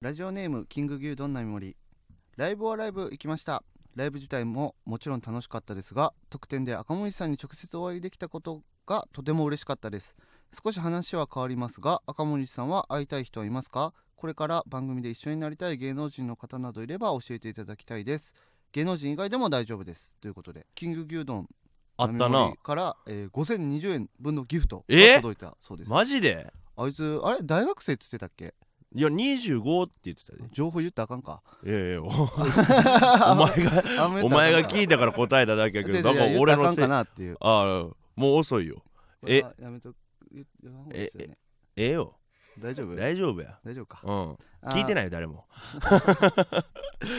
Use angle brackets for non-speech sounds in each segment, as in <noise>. ラジオネームキング牛丼並森ライブはライブ行きましたライブ自体ももちろん楽しかったですが特典で赤森さんに直接お会いできたことがとても嬉しかったです少し話は変わりますが赤森さんは会いたい人はいますかこれから番組で一緒になりたい芸能人の方などいれば教えていただきたいです芸能人以外でも大丈夫ですということでキング牛丼あった並な森から、えー、5020円分のギフトえが届いたそうです、マジであいつあれ大学生っつってたっけいや25って言ってたで情報言ったらあかんかいやいやお <laughs> おお前がお前が聞いいたから答えただけたやけどなんか俺のせいかあなっていうあもう遅いよえこれはやめと言言わん方がいいっすよねええよ大丈夫大丈夫や大丈夫かうん聞いてないないよ誰 <laughs> も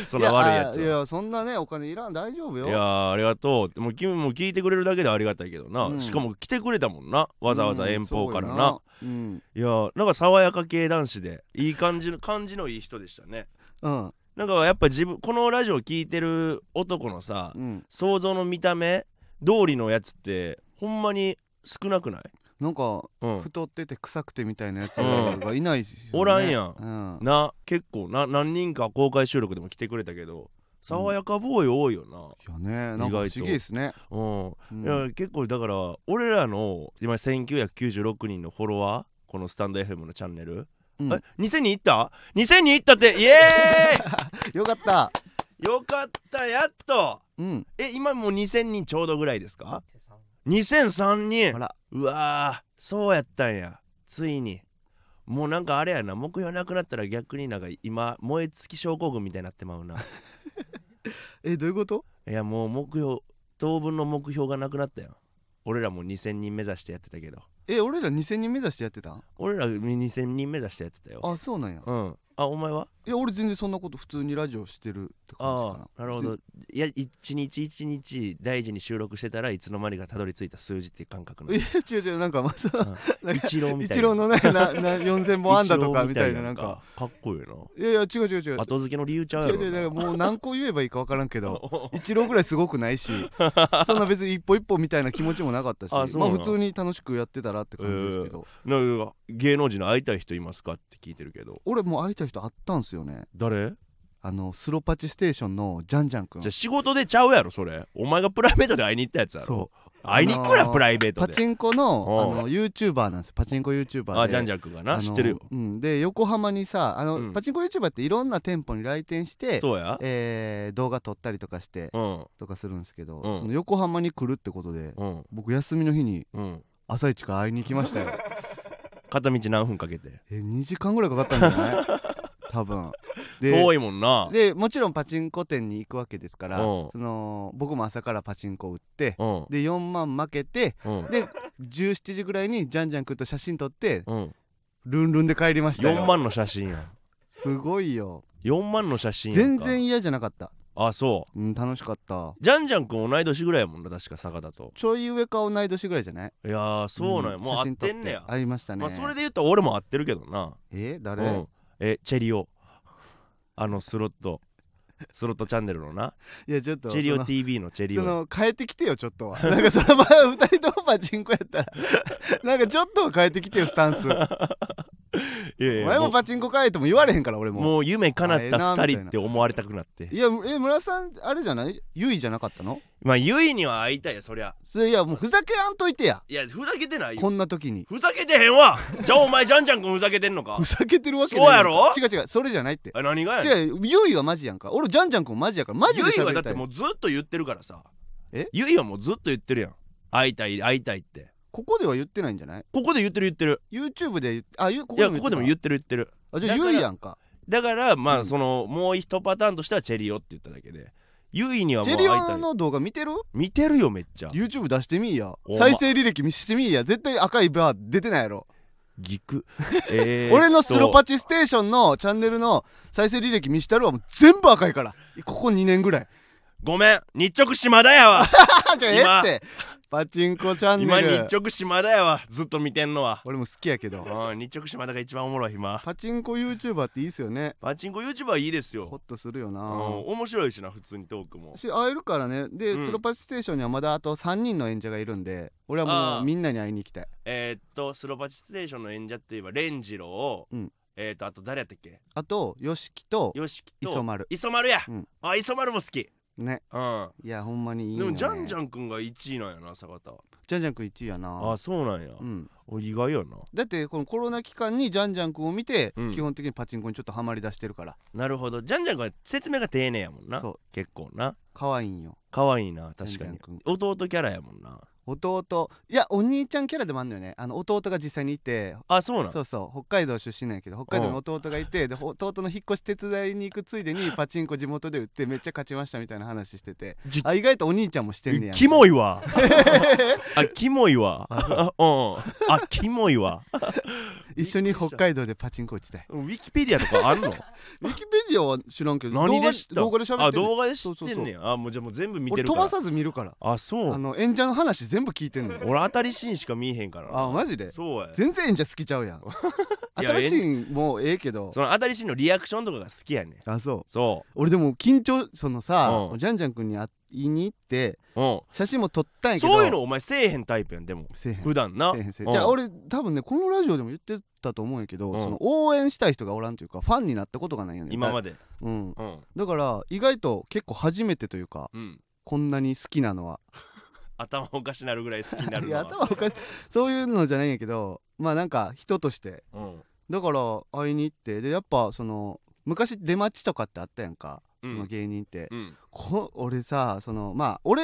そんな悪いやついはやあいやそんなねお金いらん大丈夫いよやーありがとうもう君も聞いてくれるだけでありがたいけどな、うんしかも来てくれたもんなわざわざ遠方からな,、うんいやーなんか爽やか系男子でいい感じの感じのいい人でしたねそうやななんかやっぱ自分このラジオ聞いてる男のさ、うんうん想像の見た目通りのやつってほんまに少なくない、なんかうん、太ってて臭くてみたいなやつがいないしおらんやんうんな結構な何人か公開収録でも来てくれたけど爽やかボーイ多いよな、いやねなんか不思議ですねうんうんいや結構だから俺らの今1996人のフォロワーこのスタンド FM のチャンネル、うんえ2000人いった2000人いったってイエよかったーイよかったやっとうんえ今もう2000人ちょうどぐらいですか2003人あらうわーそうやったんやついにもうなんかあれやな目標なくなったら逆になんか今燃え尽き症候群みたいになってま <laughs> うなえどういうこといやもう目標当分の目標がなくなったやん俺らもう2000人目指してやってたけどえ俺ら2000人目指してやってたん俺ら2000人目指してやってたよあそうなんやうんあお前はいや俺全然そんなこと普通にラジオしてるって感じあかあななるほどいや一日一日大事に収録してたらいつの間にかたどり着いた数字っていう感覚のいや違う違うなんかまあそのなんか一郎みたい一な郎のねなな4000本安 <laughs> 打とかみたいななん一郎かみたいなかっこいいないやいや違う違う違う後付けの理由ちゃう違うや違うろなんかもう何個言えばいいか分からんけ <laughs> どな一郎ぐらいすごくない <laughs> しそんな別に一歩一歩みたいな気持ちもなかったしあそうまなあん普通に楽しくやってたらって感じですけど、なんか芸能人の会いたい人いますかって聞いてるけど俺もう会いたい人あったんすよね誰あのスロパチステーションのジャンジャン君じゃあ仕事でちゃうやろそれお前がプライベートで会いに行ったやつやろそう会いに行くな、あのープライベーパトでチンコのおうあの YouTuber なんですパチンコ YouTuber であジャンジャン君がな、あの知ってるようん、で横浜にさあの、うんパチンコ YouTuber っていろんな店舗に来店して、そうやえー動画撮ったりとかして、うんとかするんですけど、うんその横浜に来るってことでうん僕休みの日にうん朝一から会いに行きました <laughs> よ片道何分かけてえ2時間ぐらいかかったんじゃない多 <laughs> 分で遠いもんなでもちろんパチンコ店に行くわけですから、うんその僕も朝からパチンコ打って、うんで4万負けてうんで17時ぐらいにジャンジャン君と写真撮ってうんルンルンで帰りましたよ4万の写真やんすごいよ4万の写真やん全か然嫌じゃなかったあそうん楽しかったうジャンジャン君同い年ぐらいやもんな確か佐賀だとちょい上か同い年ぐらいじゃないいやーそうなんや、んもう会ってん写真ね撮やって会いましたね、まあ、それで言ったら俺も会ってるけどなえ誰、うん、えチェリオあのスロットスロットチャンネルのないやちょっとチェリそオの TV のチェリそオの変えてきてよちょっとは <laughs> なんかその前は2人ともパチンコやったら <laughs> なんかちょっとは変えてきてよスタンスいやいおや前ももうパチンコ変えても言われへんから俺ももう夢叶っあええたなみ2た人いっなて思われたくなっていやえ村さんあれじゃないゆいじゃなかったのまあゆいには会いたいよそりゃそれいやもうふざけあんといてやいやふざけてないこよんな時にふざけてへんわじゃあお前ジャンジャン君ふざけてんの <laughs> かふざけてるわけそうやろ違う違うそれじゃないってあ何がやねん違うゆいはマジやんか俺ジャンジャン君マジやからマジでゆい喋はりだったていもうずっと言ってるからさえゆいはもうずっと言ってるやん会いたい会いたいってここでは言ってないんじゃないここで言ってる言ってる YouTube で言っあゆこいやここでも言っってる言ってるたあじゃあゆいやんかだからまあ、うんそのもう一パターンとしてはチェリオって言っただけでユイにはジもうェ会いリたオいの動画見てる見てるよめっちゃ YouTube 出してみいやお前再生履歴見してみいや絶対赤いバー出てないやろ、ギク、えーっと <laughs> 俺のスロパチステーションのチャンネルの再生履歴見したるはもう全部赤いからここ2年ぐ <laughs> らいごめん日直島だやわあじゃあ今ええってパチンコチャン今ネ日ル直島だやわずっと見てんのは俺も好きやけどうん日直島だが一番おもろい今パチンコ YouTuber っていいっすよねパチンコ YouTuber いいですホッよ、とするようん、な面白いしな普通にトークもし会えるからねで、うんスロパチステーションにはまだあと3人の演者がいるんで俺あはもーうみんなに会いに行きたいえーっとスロパチステーションの演者っていえばレンジロー、うんえっ、ー、とあと誰やったっけあと YOSHIKI とよしきと磯丸磯丸や、うんあ磯丸も好きねうんいやほんまにいいでよもねジャンジャン君が1位なんやな坂田はジャンジャン君1位やなあそうなんや、うん、俺意外やなだってこのコロナ期間にジャンジャン君を見て、うん基本的にパチンコにちょっとハマりだしてるからなるほどジャンジャン君は説明が丁寧やもんなそう結構な可愛いんよ可愛いな確かにジャンジ弟キャラやもんな弟いやお兄ちゃんキャラでもあんのよねあの弟が実際にいてあそうなんそうそう北海道出身なんやけど北海道に弟がいてで弟の引っ越し手伝いに行くついで <laughs> にパチンコ地元で売ってめっちゃ勝ちましたみたいな話しててじあ意外とお兄ちゃんもしてんねやキモいいわ <laughs> あキモい <laughs> わうんあキモいわ一緒に北海道でパチンコ打ちたいウィキペディアとかあ <laughs> んのウィキペディアは知らんけど何で知った動画で動画で喋あってる動画で知ってんねやあもうじゃあもう全部見て俺るか飛ばらさず見るからあそあうの演者の話全部聞いてんのよ俺当たりシーンしか見えへんからなあマジでそうや全然演者好きちゃうやん <laughs> いや新しいんもうええけどその当たりシーンのリアクションとかが好きやねんあそうそ俺でも緊張そのさ、うんジャンジャン君に会いに行ってうう写真も撮ったんやんけどそういうのお前せえへんタイプやんでもせえへん普段なせえへんせえへんうんじゃあ俺多分ねこのラジオでも言ってたと思うんやけど、うんその応援したい人がおらんというかファンになったことがないよね今までで、うん、うんだから意外と結構初めてというかうんこんなに好きなのは頭おかしなるぐらい好きになるいのやは頭おかしいそういうのじゃないんやけどまあなんか人としてうんだから会いに行ってでやっぱその昔出待ちとかってあったやんか、うんその芸人って、うんこ俺さそのまあ俺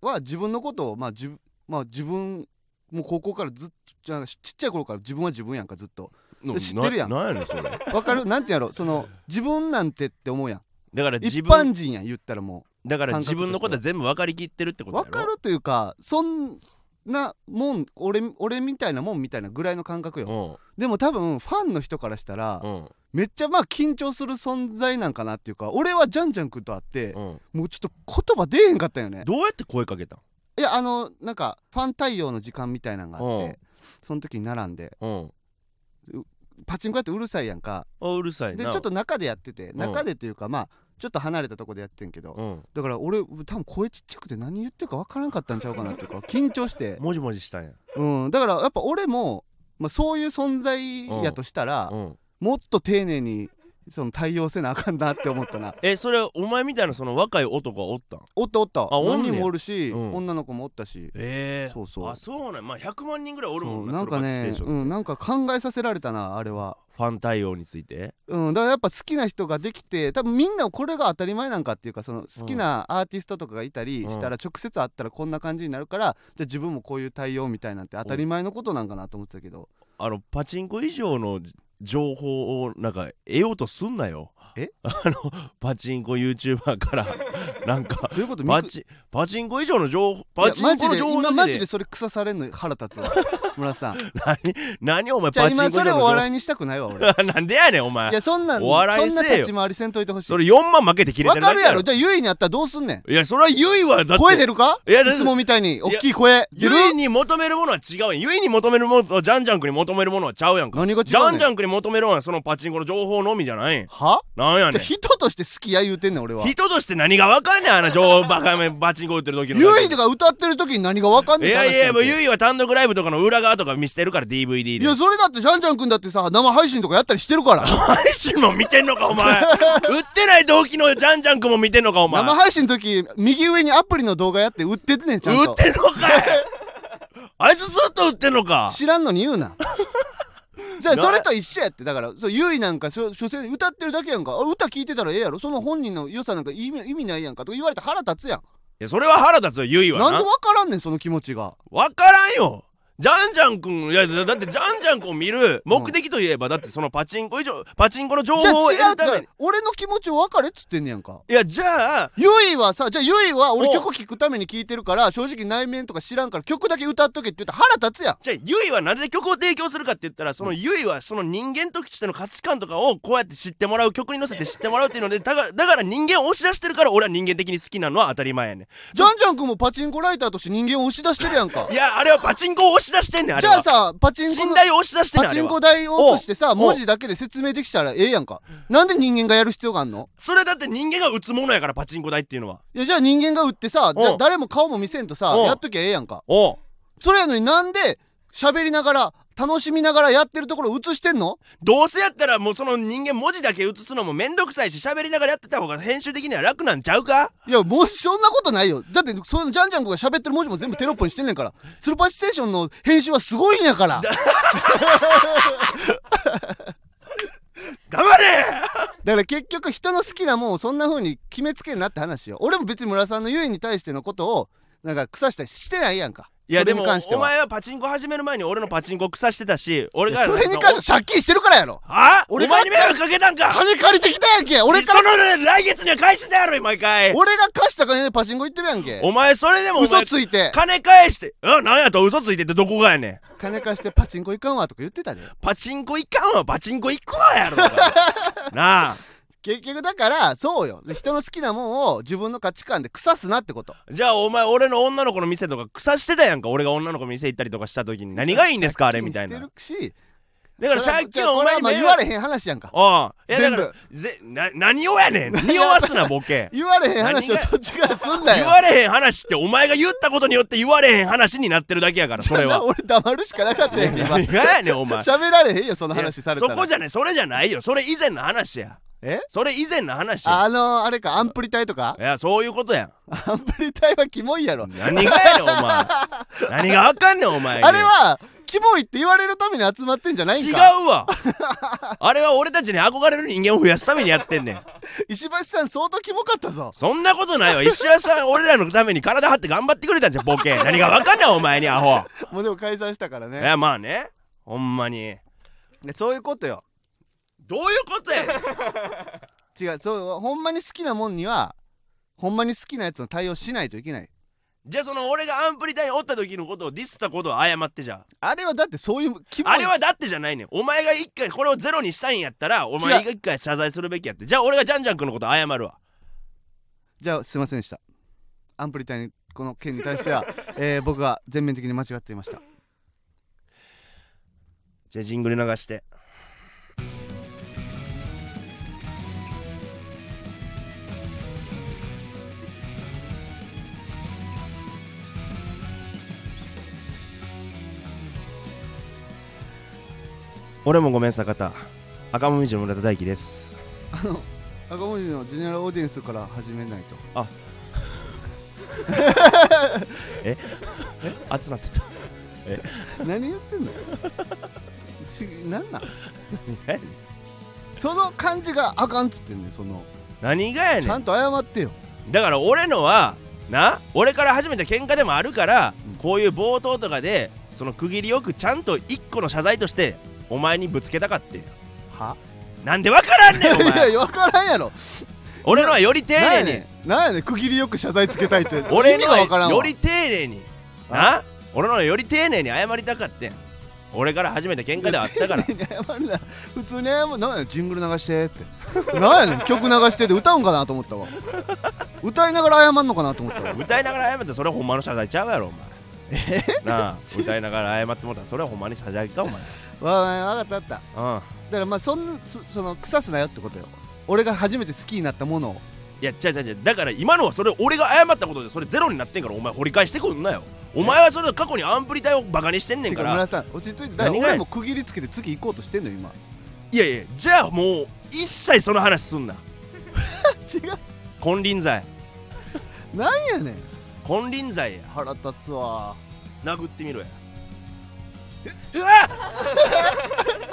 は自分のことをまあ自分まあ自分もう高校からずっとじゃあちっちゃい頃から自分は自分やんかずっとな知ってるやんなんやねんそれだわ <laughs> かるなんてやろその自分なんてって思うやんから一自分般人やん言ったらもだから感覚自分のことは全部分かりきってるってうことやわろかるというかそんなもん俺俺みたいなもんみたいなぐらいの感覚よでも多分ファンの人からしたらうんうんめっちゃまあ緊張する存在なんかなっていうか俺はジャンジャン君と会ってうんもうちょっと言葉出えへんかったよねどうやって声かけたんいやあのなんかファン対応の時間みたいなのがあっうんてその時に並んでうんパチンコやってうるさいやんかあうるさいでなちょっと中でやっててん中でというかまあちょっと離れたとこでやってんけどうんだから俺多分声ちっちゃくて何言ってるか分からんかったんちゃうかなっていうか緊張して、もじもじしたんやうん、だからやっぱ俺も、まあ、そういう存在やとしたら、うんもっと丁寧にその対応せなあかんなって思ったなえそれお前みたいなその若い男はおったんおったおったおんねや何人もおるし、うん女の子もおったしええそうそうあそうなんまあ100万人ぐらいおるもんなそうなんかそのパねチステーショうンん、なんか考えさせられたなあれは、ファン対応についてうん、だからやっぱ好きな人ができて多分みんなこれが当たり前なんかっていうかその好きなアーティストとかがいたりしたら直接会ったらこんな感じになるからじゃあ自分もこういう対応みたいなんて当たり前のことなんかなと思ってたけどあのパチンコ以上の情報をなんか得ようとすんなよえ <laughs> あのパチンコ YouTuber <laughs> からなんかどういうことパミクチパチンコ以上の情報いやパチンコマのジで情報今だマけジででそれ草されんの腹立 <laughs> つわ村瀬さん何何お前じゃあパチンコ今以上そのれ情を報笑いにしたくないわ俺 <laughs> なんでやねんおい前やそんなんお笑いせそえよんな立ち回りせんといてほしそいれ4万負けて切れてわるだかけるややろろじゃあゆいにあったらどうすんねんいやそれはゆいはだって声出るかいやいだつもみたいに大きい声出ゆるいに求めるものは違うやんゆいに求めるものとジャンジャン君に求めるものはちゃうやんか何が違うねんジャンジャン君に求めるのはそのパチンコの情報のみじゃないんはなんやじねゃあん人として好きや言うてんねん俺は人として何が分かんねんあの情報バカめパチンコ打ってる時のゆいが歌ってる時に何がわかんねいえってや話いやんもうけゆいは単独ライブとかの裏側とか見してるから DVD いで <laughs> やそれだってジャンジャン君だってさ生配信とかやったりしてるから配信も見てんのかお前売ってない同期のジャンジャン君も見てんのかお前生配信の時右上にアプリの動画やって売っててねんちゃん売とってんのかいあいつずっと売ってんのか知らんのに言うな <laughs> じゃあなそれと一緒やってだからそうゆいなんかしょ所詮歌ってるだけやんかあ歌聞いてたらええやろその本人の良さなんか意味意味ないやんかとか言われて腹立つやんいやそれは腹立つよゆいはななでん分からんねんその気持ちが分からんよジャンジャン君いやだだってジャンジャン君を見る目的といえば、だってそのパチンコ以上パチンコの情じゃ報をあ得違うるためっにて俺の気持ちを分かれっつってんねやんかいやじゃあゆいはさじゃあゆいは俺お曲聴くために聴いてるから正直内面とか知らんから曲だけ歌っとけって言ったら腹立つやんじゃあゆいはなぜ曲を提供するかって言ったらそのゆいはその人間としての価値観とかをこうやって知ってもらう曲に乗せて知ってもらうっていうのでだからだから人間を押し出してるから俺は人間的に好きなのは当たり前やねジャンジャン君もパチンコライターとして人間を押し出してるやんかんい <laughs> やあれはパチンコを押し出してんねんあじれゃあはさパチンコ信の頼を押し出してんねんパあチれンコは台を落としてさう文字だけで説明できたらええやんかなんで人間がやる必要があんのそれだって人間が打つものやからパチンコ台っていうのはいやじゃあ人間が売ってさうんだ誰も顔も見せんとさうんやっときゃええやんかおうそれやのになんで喋りながら楽しみながらやってるところ映してんのどうせやったらもうその人間文字だけ写すのもめんどくさいし喋りながらやってた方が編集的には楽なんちゃうかいやもうそんなことないよだってそのジャンジャン子が喋ってる文字も全部テロップにしてんねんからスルーパーステーションの編集はすごいんやから頑張れだから結局人の好きなもんをそんな風に決めつけんなって話よ俺も別に村さんのゆえに対してのことをなんか草したりしてないやんかいやそれでにも関してはお前はパチンコ始める前に俺のパチンコ腐してたし俺がそれに関しては借金してるからやろあお俺前がに迷惑かけたんか金借りてきたやんけ俺かそらの来月には返しだやろ毎回俺が貸した金でパチンコ行ってるやんけお前それでもお嘘前ついて金返してあなんやと嘘ついてってどこがやねん金貸してパチンコ行かんわとか言ってたでパチンコ行かんわパチンコ行くわやろ <laughs> お前なあ結局だからそうよ人の好きなもんを自分の価値観で腐すなってことじゃあお前俺の女の子の店とか腐してたやんか俺が女の子の店行ったりとかした時に何がいいんですかあれみたいな借金してるしだから借金それはお前にこれはまあ言わ迷惑れへん話やんかああいやだから全ぜな何をや <laughs> ねん匂わすなボケ言われへん話を何がそっちからすんなよ言われへん話ってお前が言ったことによって言われへん話になってるだけやからそれは俺黙るしかな <laughs> かったやんけ今何がやねんお前喋られへんよその話されたいらやそこじゃねそれじゃないよそれ以前の話やえそれ以前の話やあのあれかアンプリ隊とかいやそういうことやんアンプリ隊はキモいやろ何がやねんお前何があかんねんお前にあれはキモいって言われるために集まってんじゃないん違うかわあれは俺たちに憧れる人間を増やすためにやってんねん石橋さん相当キモかったぞそんなことないわ石田さん俺らのために体張って頑張ってくれたんじゃんボケ何がわかんないお前にアホもうでも解散したからいねやまあねほんまにでそういうことよどういうことやねん違うそうほんまに好きなもんにはほんまに好きなやつの対応しないといけないじゃあその俺がアンプリ隊におった時のことをディスったことを謝ってじゃあれはだってそういうキモい <laughs> ああれはだってじゃないねんお前が一回これをゼロにしたいんやったらお前が一回謝罪するべきやってじゃあ俺がジャンジャン君のこと謝るわじゃあすいませんでしたアンプリ隊にこの件に対しては、えー僕が全面的に間違っていましたじゃあジングル流して俺もごめん坂田赤もみじの村田大樹ですあの赤文字のジェネラルオーディエンスから始めないと熱なって <laughs> た何言ってんのち何なんその感じがあかんっつってんねんその何がやねちゃんんと謝ってよだから俺のはな俺から始めた喧嘩でもあるから、うんこういう冒頭とかでその区切りよくちゃんと一個の謝罪としてお前にぶつけたかってはなんでわからんいねんおやい前や分からんやろ俺のはより丁何や寧にねん何やねん区切りよく謝罪つけたいって <laughs> 俺意味のが分からはんわよ <laughs> り丁寧にな俺のはより丁寧に謝りたかってん俺から始めた喧嘩ではあったから丁寧に謝るな普通に謝るなんやねんジングル流してってなんやねん曲流してて歌うんかなと思ったわ歌いながら謝んのかなと思ったわ歌いながら謝ってそれはほんまの謝罪ちゃうやろお前なあ歌いながら謝ってもらったらそれはほんまに謝罪かお前わわわかったわかったうんだからまあそんなそその腐すなよってことよ俺が初めて好きになったものをいや、違う違う違う。だから今のはそれ俺が謝ったことでそれゼロになってんからお前掘り返してくんなよ。お前はそれ過去にアンプリ隊をバカにしてんねんてか。から村さん落ち着いてだから何がや俺も区切りつけて次行こうとしてんの <laughs> 今いやいや、じゃあもう一切その話すんな。違う金輪際。なんやねん金輪際や。腹立つわ殴ってみろや。うわっ <laughs> う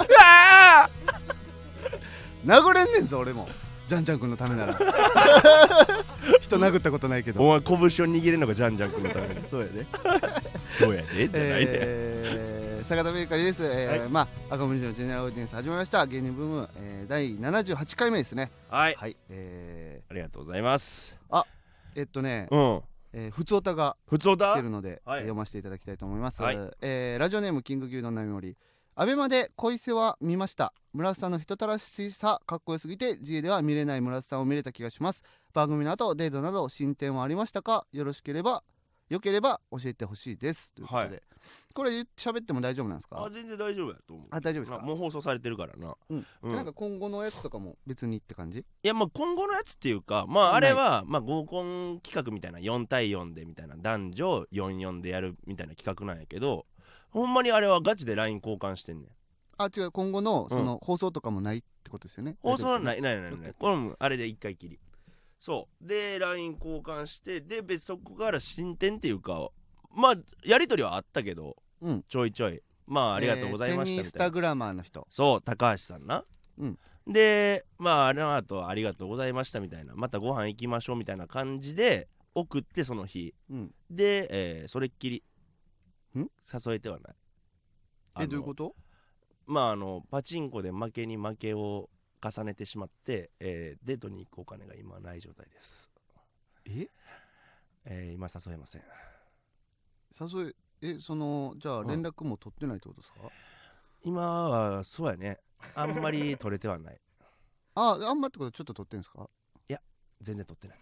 わ殴れんねんぞ俺もジャンジャン君のため <laughs> なら人殴ったことないけどお前拳を握れるのがジャンジャン君のために。そうやで、そうやで、じゃないで。えー、坂田ベーカリーです、えーはまあ赤文字のジェネラルオーディエンス始まりました芸人ブーム、えー、第78回目ですねはい。はいえありがとうございます。ー、えっとね、うん。えー、普通歌が普通来だてるので、はい読ませていただきたいと思います、はいえーラジオネームキング牛丼並みよりアベマで恋世は見ました村瀬さんの人たらしさかっこよすぎて G では見れない村瀬さんを見れた気がします番組の後デートなど進展はありましたかよろしければよければ教えてほしいですということで、はいこれ言って喋っても大丈夫なんですあ、か全然大丈夫やと思う。あ大丈夫ですまあか、もう放送されてるからな。うんなんか今後のやつとかも別にって感じいやまあ今後のやつっていうかまああれはまあ合コン企画みたいな4対4でみたいな男女44でやるみたいな企画なんやけどほんまにあれはガチで LINE 交換してんねんあ違う今後のその放送とかもないってことですよね放送はないいないないないこれもあれで一回きりそうで LINE 交換してで別そこから進展っていうかまあやり取りはあったけどうんちょいちょいまあありがとうございましえーテニたみスたいタなグラマーの人そう高橋さんなうんでまああの後ありがとうございましたみたいなまたご飯行きましょうみたいな感じで送ってその日うんで、えーそれっきりん誘えてはないえどういうこととまああのパチンコで負けに負けを重ねてしまって、えーデートに行くお金が今はない状態です、ええー今誘えません誘いえそのじゃあうん連絡も取ってないってことですか、今はそうやねあんまり取れて <laughs> はないああんまってことちょっと取ってんですか全然取ってない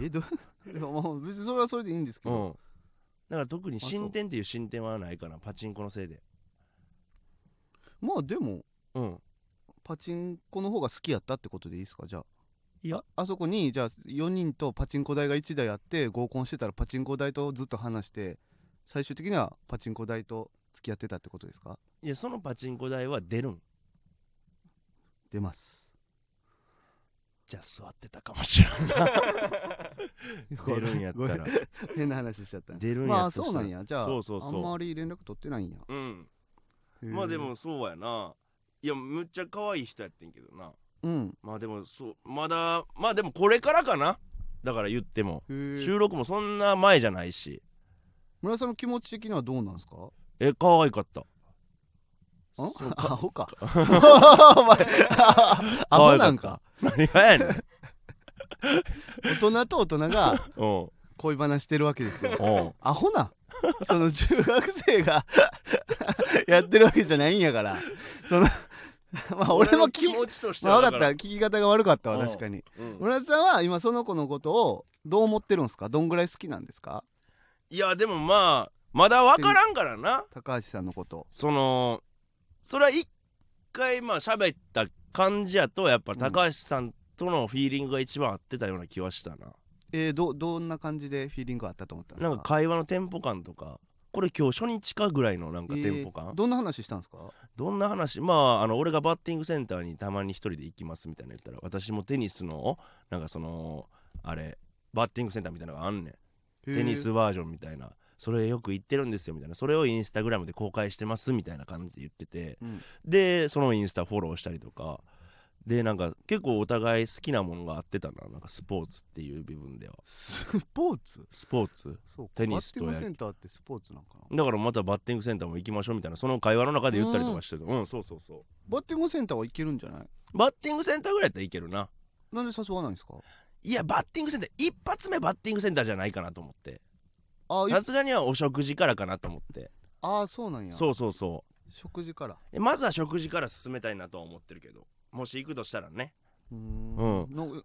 えど <laughs> いやまあ別にそれはそれでいいんですけうど、んだから特にそう進展っていう進展はないかなパチンコのせいでまあでもうんパチンコの方が好きやったってことでいいですかじゃあいやああそこにじゃあ4人とパチンコ台が1台あって合コンしてたらパチンコ台とずっと話して最終的にはパチンコ台と付き合ってたってことですかいやそのパチンコ台は出るん出ますじゃあ座ってたかもしれない <laughs> <laughs> 出るんやっごめたらごめん <laughs> 変な話しちゃったね出るんやまっあたらそうなんやじゃあそうそうそうあんまり連絡取ってないんや <laughs> うんまあでもそうやないやむっちゃ可愛い人やってんけどなうんまあでもそうまだまあでもこれからかなだから言ってもへえ収録もそんな前じゃないし村井さんの気持ち的にはどうなんですかえ可愛かったあそうア <laughs> ホかお前ア可ホ愛かったなんか何がやねん <laughs> うん大人と大人がお恋話してるわけですようアホなその中学生が <laughs> やってるわけじゃないんやからその <laughs> まあ俺の聞き、持ちとしまあ、分かっただ聞き方が悪かったうわん確かにらうん村田さんは今その子のことをどう思ってるんですかどんぐらい好きなんですかいやでもまあまだ分からんからな高橋さんのことそのそれは一回まあ喋った感じやとやっぱうん高橋さんとのフィーリングが一番合ってたような気はしたな、えー、どどんな感じでフィーリングがあったと思ったんですなかんか会話のテンポ感とかこれ今日初日かぐらいのなんかえテーンポ感、どんな話したんですかどんな話まああの俺がバッティングセンターにたまに一人で行きますみたいなの言ったら私もテニスのなんかそのあれバッティングセンターみたいなのがあんねんテニスへーバージョンみたいなそれよく行ってるんですよみたいなそれをインスタグラムで公開してますみたいな感じで言っててうんでそのインスタフォローしたりとかでなんか結構お互い好きなものが合ってたななんかスポーツっていう部分ではスポーツスポーツそうかテニスとバッティング野球センターってスポーツなんかなだからまたバッティングセンターも行きましょうみたいなその会話の中で言ったりとかしててうん、そうそうそバッティングセンターはいけるんじゃないうバッティングセンターぐらいやったらいけるななんで誘わないんですかいやバッティングセンター一発目バッティングセンターじゃないかなと思ってあいさすがにはお食事からかなと思ってあーそうなんやそうそうそう食事からえまずは食事から進めたいなとは思ってるけどもし行くとしたらね、うーんうの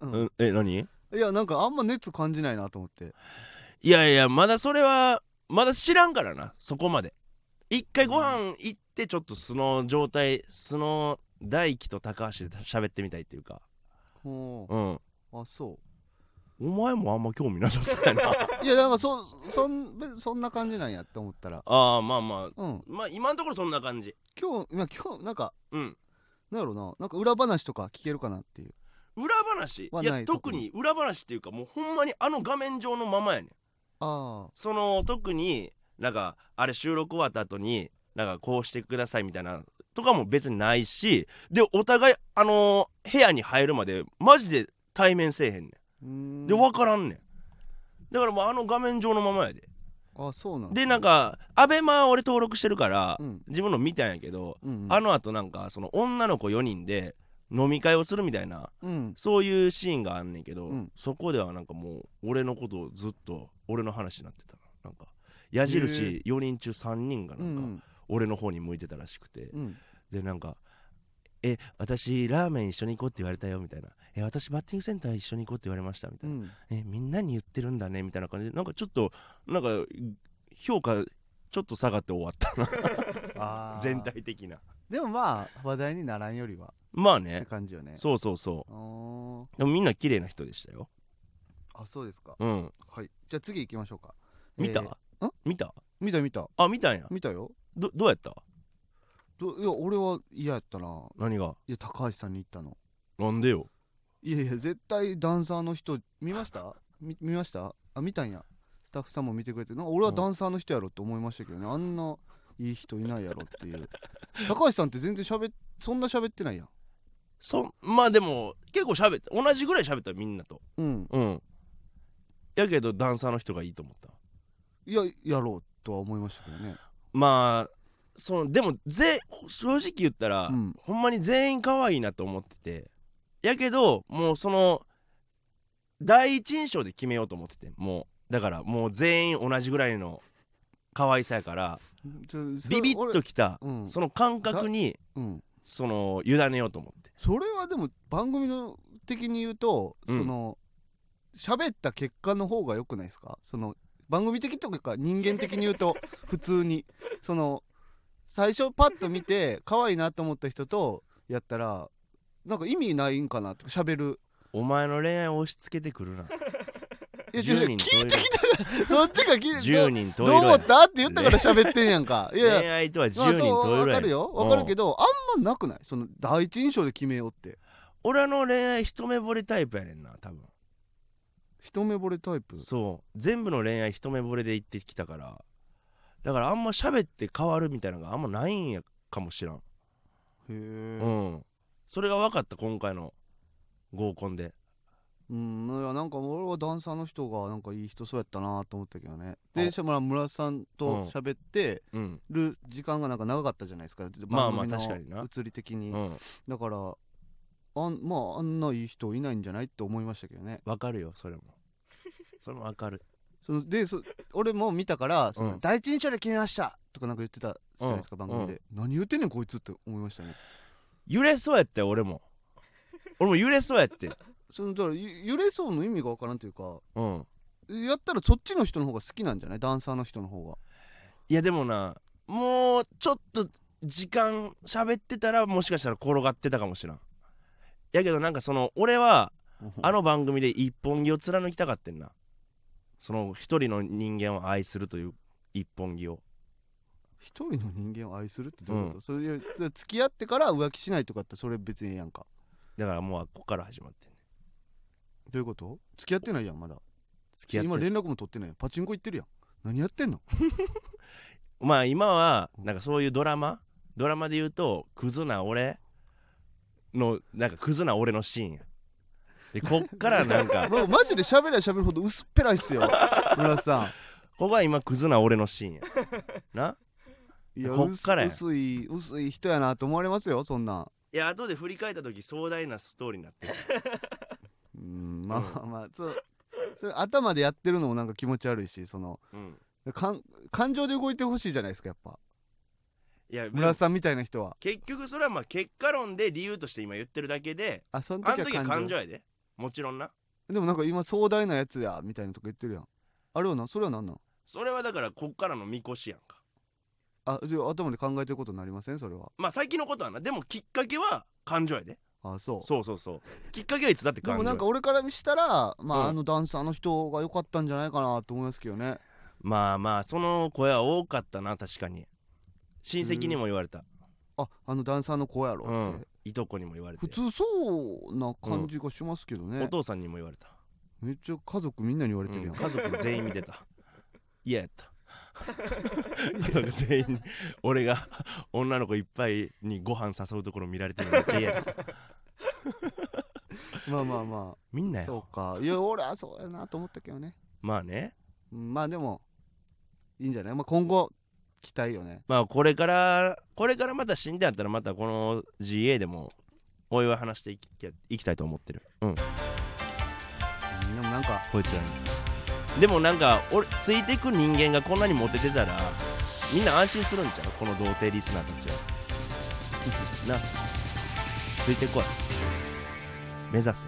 うん、え何いやなんかあんま熱感じないなと思っていやいやまだそれはまだ知らんからなそこまで一回ご飯行ってちょっと素の状態素の大輝と高橋で喋ってみたいっていうかほううんあそお前もあんま興味なさそうやな <laughs> ういやなんかそそんべそんな感じなんやって思ったらああまあまあうんまあ今のところそんな感じ今日今今日なんかうんなんやろななんか裏話とか聞けるかなっていう裏話いはなやい特に裏話っていうかもうほんまにあの画面上のままやねんああその特になんかあれ収録終わった後になんかこうしてくださいみたいなとかも別にないしでお互いあのー部屋に入るまでマジで対面せえへんねうーんんで分からんねんだからもうあの画面上のままやであそうなんでなんかアベマ俺登録してるからうん自分の見たんやけどうんうんあのあとなんかその女の子4人で飲み会をするみたいなうんそういうシーンがあんねんけど、うんそこではなんかもう俺のことをずっと俺の話になってたななんか矢へ印4人中3人がうなんかん俺の方に向いてたらしくて、うんでなんか「え私ラーメン一緒に行こうって言われたよ」みたいな「え私バッティングセンター一緒に行こうって言われました」みたういな「んえみんなに言ってるんだね」みたいな感じでなんかちょっとなんか評価ちょっと下がって終わったあなー全体的なでもまあ話題にならんよりはまあってね感じよねそうそうそあーうでもみんな綺麗な人でしたよあそうですかうんはいじゃあ次行きましょうか見た、えーん見た見た見たあ見たんや見たよどどうやったどいや俺は嫌やったな何がいや高橋さんに言ったのなんでよいやいや絶対ダンサーの人見ましたみ見ましたあ見たんやスタッフさんも見てくれてなんか俺はダンサーの人やろって思いましたけどねあんないい人いないやろっていう <laughs> 高橋さんって全然しゃべそんな喋ってないやんそんまあでも結構喋った同じぐらい喋ったよみんなとうんうんやけどダンサーの人がいいと思ったいややろうとは思いましたけどねまあそのでもぜ正直言ったら、うんほんまに全員可愛いなと思っててやけどもうその第一印象で決めようと思っててもうだからもう全員同じぐらいの可愛さやからちょそれビビッときた俺うんその感覚にうんその委ねようと思ってそれはでも番組の的に言うと、うんその喋った結果の方が良くないですかその番組的というか人間的に言うと <laughs> 普通にその最初パッと見て可愛いなと思った人とやったらなんか意味ないんかなって喋るお前の恋愛を押し付けてくるないや違う違う10人十そっちが聞い色や10て人ど十うどう思色っやたって言ったから喋ってんやんかい恋やいや愛とは10まあ人十そう色やわかるよわかるけどどあんまなくないその第一印象で決めようって俺の恋愛一目惚れタイプやねんな多分一目惚れタイプそう全部の恋愛一目惚れで行ってきたからだからあんま喋って変わるみたいなのがあんまないんやかもしらんへえううんそれが分かった今回の合コンでんいやなんか俺はダンサーの人がなんかいい人そうやったなと思ったけどねあでしかも村瀬さんうんと喋ってうんる時間がなんか長かったじゃないですかまあまあ番組の確かにな移り的うにんだからあんまああんないい人いないんじゃないって思いましたけどね分かるよそれもそれも分かるそのでそ俺も見たからその、うん第一印象で決めましたとかなんか言ってたじゃないですか、うん番組で、何言ってんねんこいつって思いましたね揺れそうやって俺も俺も揺れそうやってそのだからゆ揺れそうの意味がわからんというかうんやったらそっちの人の方が好きなんじゃないダンサーの人の方がいやでもなもうちょっと時間喋ってたらもしかしたら転がってたかもしらんやけどなんかその俺はあの番組で一本木を貫きたかってんなその一人の人間を愛するという一本木を一人の人間を愛するってどういうこと、うそれいうそれ付き合ってから浮気しないとかってそれ別にええやんかだからもうここから始まってんねどういうこと付き合ってないやんまだ付き合今って連絡も取ってないやんパチンコ行ってるやん何やってんのまあ今はなんかそういうドラマドラマで言うとクズな俺のなんかクズな俺のシーンやでこっからな <laughs> んかもうマジで喋りゃ喋るほど薄っぺらいっ <laughs> すよ村瀬さここが今クズな俺のシーンやんいやこっからや薄薄い薄い人やなと思われますよそんなんいや後で振り返った時壮大なストーリーに <laughs> なってるうんまあまあそうそれ頭でやってるのもなんか気持ち悪いしそのうん感感情で動いてほしいじゃないですかやっぱいや村瀬さんみたいな人は結局それはまあ結果論で理由として今言ってるだけであそのあ時のは時は感情感情やでもちろんなでもなんか今壮大なやつやみたいなとか言ってるやんあれはなそれは何なんそれはだからこっからのみこしやんかあじゃあ頭で考えてることになりませんそれはまあ先のことはなでもきっかけは感情やであそうそうそうそうきっかけはいつだってで感も情なやんか俺からしたらまあ、うんあのダンサーの人が良かったんじゃないかなと思いますけどねまあまあその声は多かったな確かに親戚にも言われたああのダンサーの子やろって、うんいとこにも言われて普通そうな感じがしますけどねお、父さんにも言われた、めっちゃ家族みんなに言われてるうやんん、家族全員見てた <laughs> 嫌やった <laughs> 家族全員俺が女の子いっぱいにご飯誘うところ見られてるのめっちゃ嫌や <laughs> った <laughs> まあまあまみんなあそようかいや俺はそうやなと思ったけどね、まあねうんまあでもいいんじゃない、まあ、今後期待よねまあこれからこれからまた死んであったらまたこの GA でもお祝い話していきいきたいと思ってるうんうんでもなんかこいつらにでもなんか俺ついてく人間がこんなにモテてたらみんな安心するんちゃうこの童貞リスナーたちは <laughs> なついてこい目指せ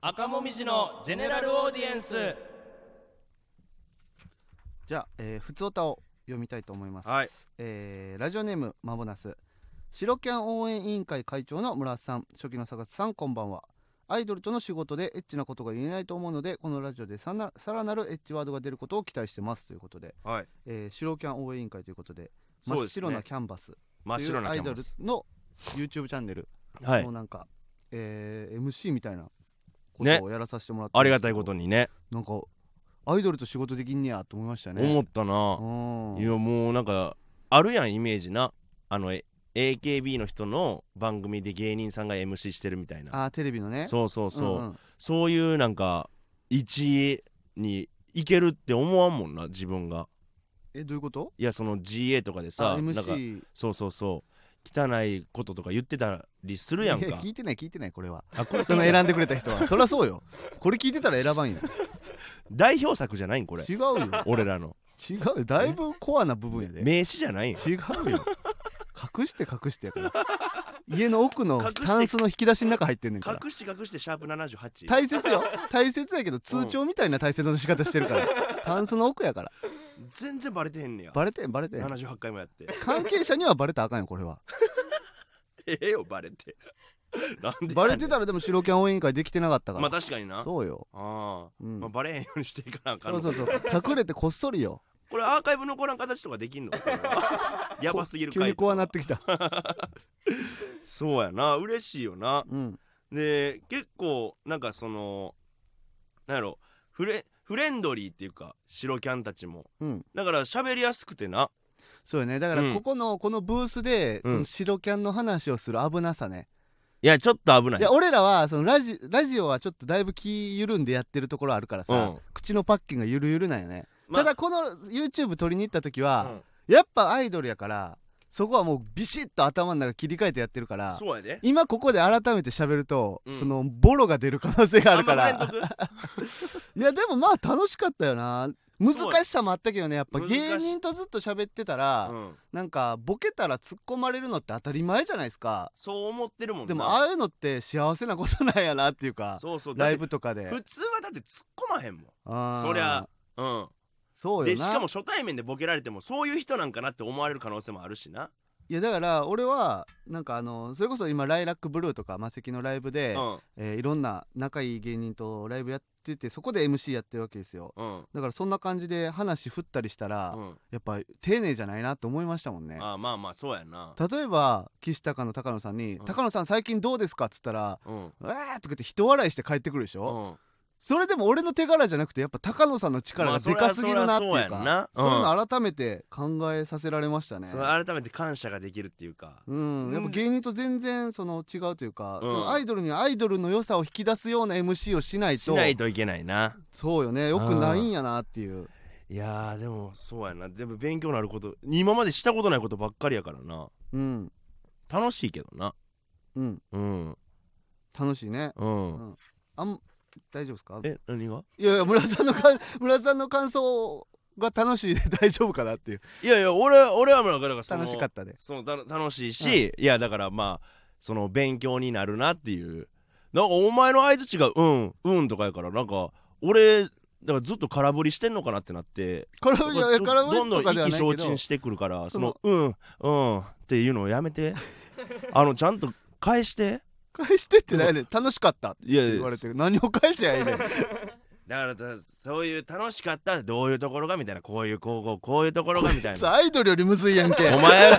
赤もみじのジェネラルオーディエンスじゃあ、えー、普通歌を読みたいと思いますはいえーラジオネームマボナス白キャン応援委員会会長の村瀬さん初期の佐月さんこんばんはアイドルとの仕事でエッチなことが言えないと思うのでこのラジオでさなさらなるエッチワードが出ることを期待してますということで、はいえー、シロキャン応援委員会ということでそう真っです白ねなキャンバス真っとい白うなアキャインドバルスの YouTube チャンネルはのいなんか、えー MC みたいなこねとをやらさせてもらって、ありがたいことにねなんかアイドルと仕事できんねやと思いましたね思ったなうんいやもうなんかあるやんイメージなあのえ AKB の人の番組で芸人さんが MC してるみたいなあーテレビのねそうそうそう、んんそういうなんか1位にいけるって思わんもんな自分がえどういうこといやその GA とかであさなんか MC そうそうそう汚いこととか言ってたりするやんいやか聞いてない聞いてないこれはあこれその選んでくれた人 <laughs> はそりゃそうよこれ聞いてたら選ばんよ代表作じゃないんこれ違うよ俺らの違うよだいぶコアな部分やで名刺じゃないん違うよ隠して隠してやから家の奥の隠してタンスの引き出しの中入ってんねんから隠して隠してシャープ78大切よ大切やけど通帳みたいな大切の仕方してる <laughs> から、タンスの奥やから全然バレてへんねやバレてんバレてん78回もやって <laughs> 関係者にはバレたらあかんよこれはええよバレてなんでバレてたらでも白キャン応援委員会できてなかったから、まあ確かになそうよ、あうー、んまあ、バレへんようにしていかなあかんそのうそうそう隠れてこっそりよこれアーカイブ残らん形とかで <laughs> きんのやばすぎる急回にとかこうなってきたそうやな嬉しいよなうんで結構なんかそのなんやろフレフレンドリーっていうか白キャンたちもうんだから喋りやすくてなそうよねだかうらんここの、このブースで、うんこの白キャンの話をする危なさね、いやちょっと危ないや俺らはそのラジラジオはちょっとだいぶ気緩んでやってるところあるからさ、うん口のパッキンがゆるゆるなんよね、まあただこの YouTube 撮りに行った時うは、んやっぱアイドルやからそこはもうビシッと頭の中切り替えてやってるからそうやで今ここで改めて喋ると、うんそのボロが出る可能性があるかんまら触れんとくいやでもまあ楽しかったよな難そうしさもあったけどねやっぱ難しい芸人とずっと喋ってたら、うんなんかボケたら突っ込まれるのって当たり前じゃないですかそう思ってるもんなでもああいうのって幸せなことなんやなっていうかそうそうだっラてイブとかで普通はだって突っ込まへんもんあーそりゃうんそうよでなしかも初対面でボケられてもそういう人なんかなって思われる可能性もあるしないやだから俺はなんかあのそれこそ今「ライラックブルー」とかマセキのライブうで、んえーいろんな仲いい芸人とライブやっててそこで MC やってるわけですようんだからそんな感じで話振ったりしたら、うんやっぱ丁寧じゃないなって思いましたもんねあまあまあそうやな例えば岸高の高野さんに「うん高野さん最近どうですか?」っつったら「うんうわー」とか言って人笑いして帰ってくるでしょ、うんそれでも俺の手柄じゃなくてやっぱ高野さんの力まがあそでりゃかすぎるなっていうそりゃかそうそうやんなうんいうの改めて考えさせられましたねそ。れ改めて感謝ができるっていうかうん、やっぱ芸人と全然その違うというか、うんそのアイドルにはアイドルの良さを引き出すような MC をしないしとないといけないなそうよねよくないんやなっていういやーでもそうやなでも勉強になること今までしたことないことばっかりやからなうん楽しいけどなうんうん楽しいねうん、うんあん大丈夫ですかえ何がいやいや村さんのか村さんの感想が楽しいで <laughs> 大丈夫かなっていういやいや俺俺はもうだからその楽しかったでそのた楽しいし、いやだからまあその勉強になるなっていうなんかお前の相槌が「うんうん」とかやからなんか俺だからずっと空振りしてんのかなってなってこれいやいやちょ空振どりんとどんか意では気ない消けど沈してくるからそそのの「うんうん」っていうのをや <laughs> めてあのちゃんと返して返してってないね楽しかったいやい言やわれてる何を返しゃい <laughs> いねんだからたそういう楽しかったどういうところがみたいなこういうこうこうこういうところがみたい <laughs> さなアイドルよりむずいやんけお前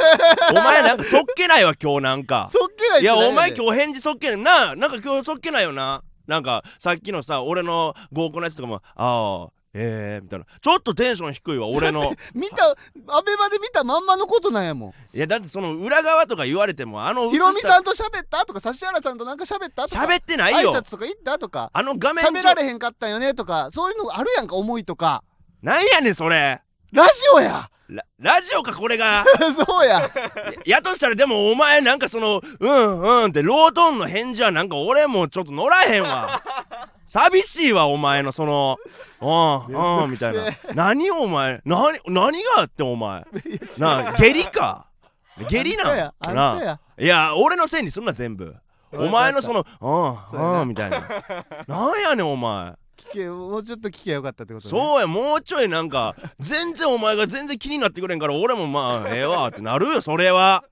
お前なんかそっけないわ今日なんかそっけないいやお前今日日返事そっけないなあなんか今日そっけないよななんかさっきのさ俺の合コンのやつとかもああええみたいなちょっとテンション低いわ俺の見たアベマで見たまんまのことなんやもいやだってその裏側とか言われてもあのんひろみさんんと喋ったとか指原さんとなんか喋ったとか喋ってないよ挨拶とか行ったとかあの画面喋られへんかったよねとかそういうのがあるやんか思いとかなんやねんそれラジオや <laughs> ララジオかこれがそうや <laughs> ややとしたらでもお前なんかそのうんうんってロートーンの返事はなんか俺もちょっと乗らへ <laughs> んわ寂しいわお前のそのうんうんめみんどたくいせえな何お前何何があって <laughs> お前なあ下痢か下痢あんたなやあんなたあやいや俺のせいにすんな全部お前のそのそうやうんなうんみたいななんやねんお前聞けもうちょっと聞けばよかったってことねそうやもうちょいな <laughs> んか全然お前が全然気になってくれんから俺もまあええわってなるよそれは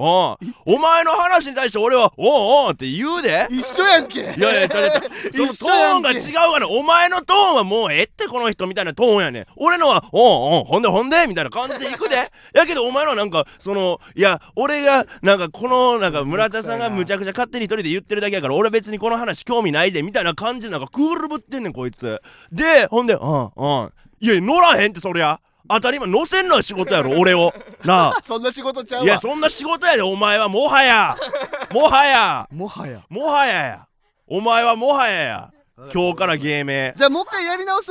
おうお前の話に対して俺はおうおうって言うで一緒やんけいやいやちょちょ <laughs> そのトーンが違ううがねお前のトーンはもうええってこの人みたいなトーンやねん俺のはおんおんほんでほんでみたいな感じでいくでやけどお前のはなんかそのいや俺がなんかこのなんか村田さんがむちゃくちゃ勝手に一人で言ってるだけやから俺別にこの話興味ないでみたいな感じでなんかクールぶってんねんこいつでほんでうんうんいや乗らへんってそりゃ当たり前乗せんのは仕事やろ俺をなあそんな仕事ちゃうわいやそんな仕事やでお前はもはやもはやもはやもはややお前はもはやや今日から芸名じゃあもう一回やり直す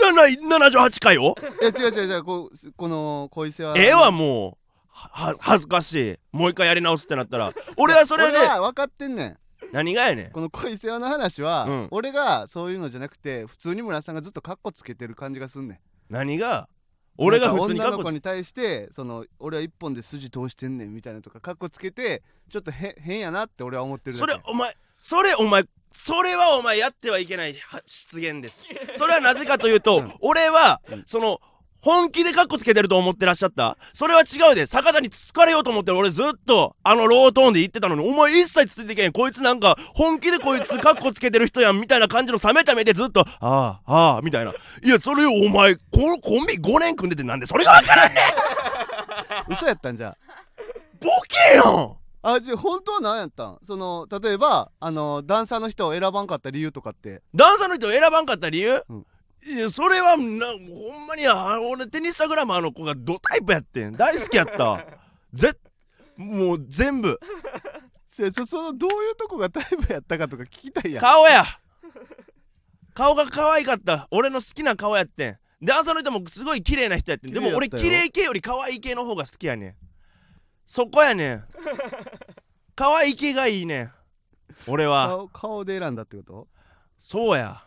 だな78回よいや違う違う違うこうこの恋世話ええわもうは恥ずかしいもう一回やり直すってなったら俺はそれで俺は分かってんねん何がやねんこの恋世話の話は、うん俺がそういうのじゃなくて普通に村さんがずっとカッコつけてる感じがすんねん何が俺が普通になん過か女の去子に対してその俺は一本で筋通してんねんみたいなとかカッコつけてちょっとへ変やなって俺は思ってるだけそれお前それお前それはお前やってはいけないは失 <laughs> 言ですそれはなぜかというと、うん俺は、うんその本気でカッコつけてると思ってらっしゃったそれは違うで坂田に疲れようと思ってる俺ずっとあのロートーンで言ってたのにお前一切ついてけんこいつなんか本気でこいつカッコつけてる人やんみたいな感じの冷めた目でずっと「ああああ」みたいないやそれお前このコンビ5年組んでてなんでそれが分からんねん嘘やったんじゃボケよあじゃあ本当は何やったんその例えばあのダンサーの人を選ばんかった理由とかってダンサーの人を選ばんかった理由、うんいやそれはなほんまにあ俺テニスタグラマーの子がドタイプやってん大好きやったぜもう全部そそそのどういうとこがタイプやったかとか聞きたいやん顔や顔が可愛かった俺の好きな顔やってんダンサーの人もすごい綺麗な人やってんでも俺綺麗やったよ綺麗系より可愛い系の方が好きやねんそこやねん可愛い系がいいねん俺は顔顔で選んだってことそうや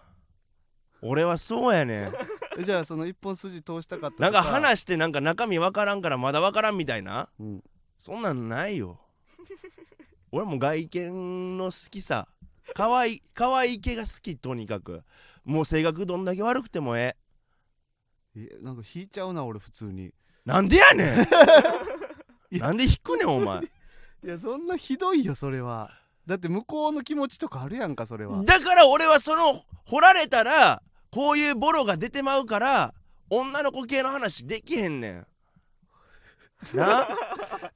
俺はそうやねん <laughs> えじゃあその一本筋通したかったとなんか話してなんか中身わからんからまだわからんみたいなうんそんなんな <laughs> いよ俺も外見の好きさ可愛い可愛い系が好きとにかくもう性格どんだけ悪くてもえええなんか引いちゃうな俺普通になんでやねん <laughs> いやなんで引くねんお前いやそんなひどいよそれはだって向こうの気持ちとかあるやんかそれはだから俺はその掘られたらこういうボロが出てまうから女の子系の話できへんねん <laughs> なだか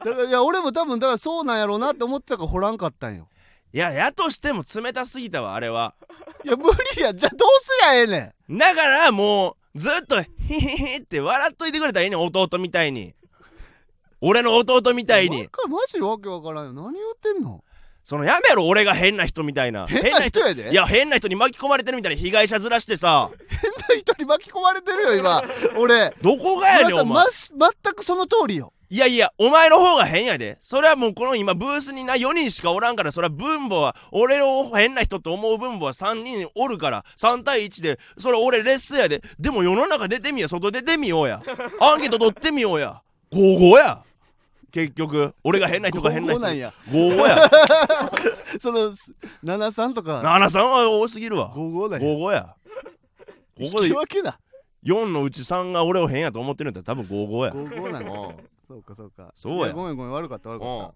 らいや俺も多分だからそうなんやろうなって思ってたから掘らんかったんよいややとしても冷たすぎたわあれはいや無理やじゃあどうすりゃええねんだからもうずっと「へへへ」って笑っといてくれたらいいねん弟みたいに俺の弟みたいわにかマジわけわからんよ何言ってんのそのやめろ俺が変な人みたいな変な人やでいや変な人に巻き込まれてるみたいな被害者ずらしてさ変な人に巻き込まれてるよ今 <laughs> 俺どこがやねん皆おさんま前し全くその通りよいやいやお前の方が変やでそれはもうこの今ブースにな4人しかおらんからそれは分母は俺を変な人と思う分母は3人おるから3対1でそれ俺レッスンやででも世の中出てみや外出てみようやアンケート取ってみようや合合や結局俺が変な人か変な合人合なんや合合やそのす73とか7さんは多すぎるわ55だよ合合やこ引こでき分けだ4のうち3が俺を変やと思ってるんだったら多分合合や55なんだうんそうかそうかそうやいごめんごめん悪かった悪かうんった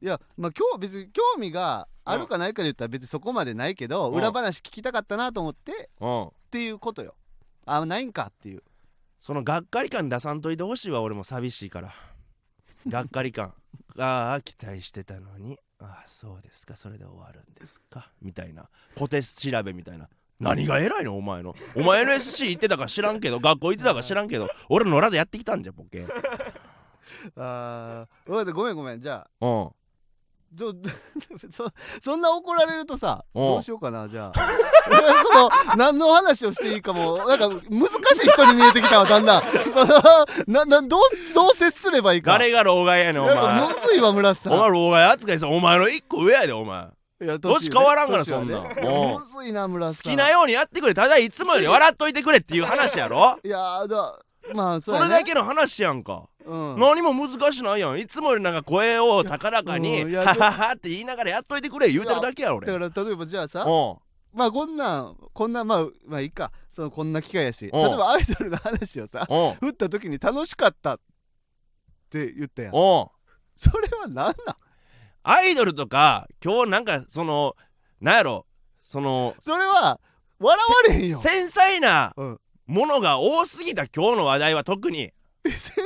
いやまあ今日別に興味があるかないかで言ったら別にそこまでないけどうん裏話聞きたかったなと思ってうんっていうことよあないんかっていうそのがっかり感出さんといてほしいわ俺も寂しい <laughs> からがっかり感ああ期待してたのにああそうですかそれで終わるんですかみたいな小手調べみたいな何が偉いのお前のお前 NSC 行ってたか知らんけど学校行ってたか知らんけど俺野良でやってきたんじゃボケうんあーわかったごめんごめんじゃあおじゃ <laughs> そそんな怒られるとさうんどうしようかなじゃあ <laughs> その何の話をしていいかもなんか難しい人に見えてきたわだんだんそのななどうどう接すればいいか誰が老害やねんお前なんかむずいわ村瀬さんお前老害扱いさお前の一個上やでお前いやどっち変わらんから年上やでそんなんいやうんむずいな村好瀬さんきなようにやってくれただいつもより笑っといてくれっていう話やろいやーだまあそそうやねれだけの話やんかうん何も難しないやんいつもよりなんか声を高らかにうんい「やははは」って言いながらやっといてくれ言うてるだけや俺だから例えばじゃあさおまあこんなんこんなまあまあいいかそのこんな機会やしうん例えばアイドルの話をさうん打った時に楽しかったって言ったやんおそれは何なんアイドルとか今日なんかそのなんやろそのそれは笑われへんよ繊細なうんものが多すぎた今日の話題は特に繊細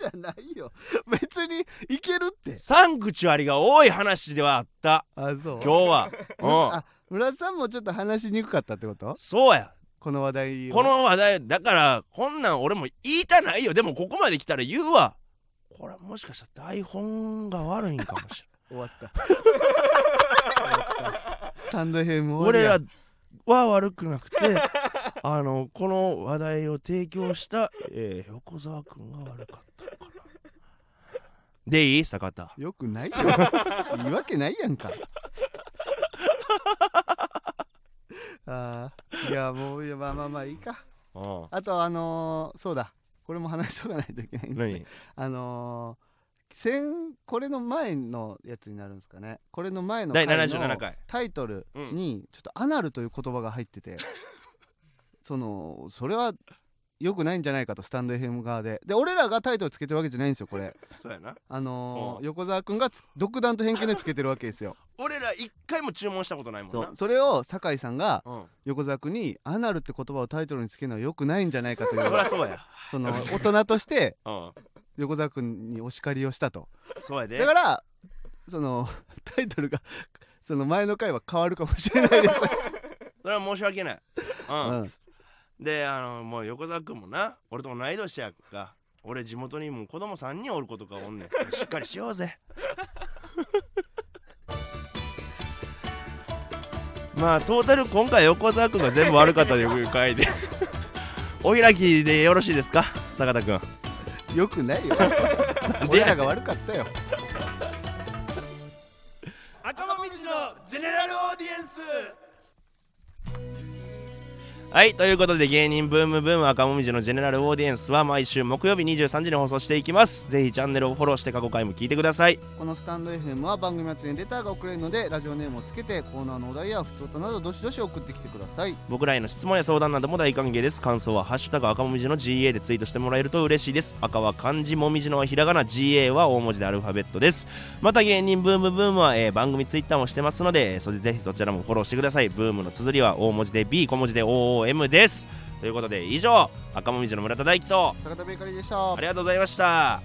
じゃないよ別にいけるってサンクチュアリが多い話ではあったあそう今日は。うん <laughs> あ村田さんもちょっと話しにくかったってことそうやこの話題をこの話題だからこんなん俺も言いたないよでもここまで来たら言うわこれもしかしたら台本が悪いんかもしれ終んわった終わったスタンドヘム俺らは悪くなくて <laughs> あのこの話題を提供した、えー横澤君が悪かったのかなでいい坂田よくないよいいわけないやん <laughs> かあーいやもういやまあまあまあいいかうんあとあのー、そうだこれも話しとかないといけないんですけど何あのー、先これの前のやつになるんですかねこれの前の第回の77回タイトルにちょっと「アナル」という言葉が入って <laughs> て、そのそれは良くないんじゃないかとスタンド FM 側でで俺らがタイトルつけてるわけじゃないんですよこれそうやなあのーうん横澤君がつ独断と偏見でつけてるわけです <laughs> よ俺ら一回も注文したことないもんそなうそれを酒井さんがうん横澤君に「アナル」って言葉をタイトルにつけるのは良くないんじゃないかという <laughs> そりゃそうやその大人としてうん横澤君にお叱りをしたとそうやでだからそのタイトルがその前の回は変わるかもしれないで <laughs> す、それは申し訳ないうんうん、であのもう横澤君もな俺と同い年やが俺地元にもう子供3人おる子とかおんねんしっかりしようぜ <laughs> まあトータル今回横澤君が全部悪かったという回で <laughs> お開きでよろしいですか坂田君よくないよ <laughs> 俺らが悪かったよ赤もみじのジェネラルオーディエンスはいということで芸人ブームブーム赤もみじのジェネラルオーディエンスは毎週木曜日23時に放送していきますぜひチャンネルをフォローして過去回も聞いてくださいこのスタンド FM は番組宛てにレターが送れるのでラジオネームをつけてコーナーのお題や普通となどどしどし送ってきてください僕らへの質問や相談なども大歓迎です感想は「ハッシュタグ赤もみじの GA」でツイートしてもらえると嬉しいです赤は漢字もみじのはひらがな GA は大文字でアルファベットですまた芸人ブームブームは、えー番組ツイッターもしてますのでそれぜひそちらもフォローしてくださいブームの綴りは大文字で B 小文字で OOM ですということで以上赤もみじの村田大樹と坂田ベーカリーでしたありがとうございました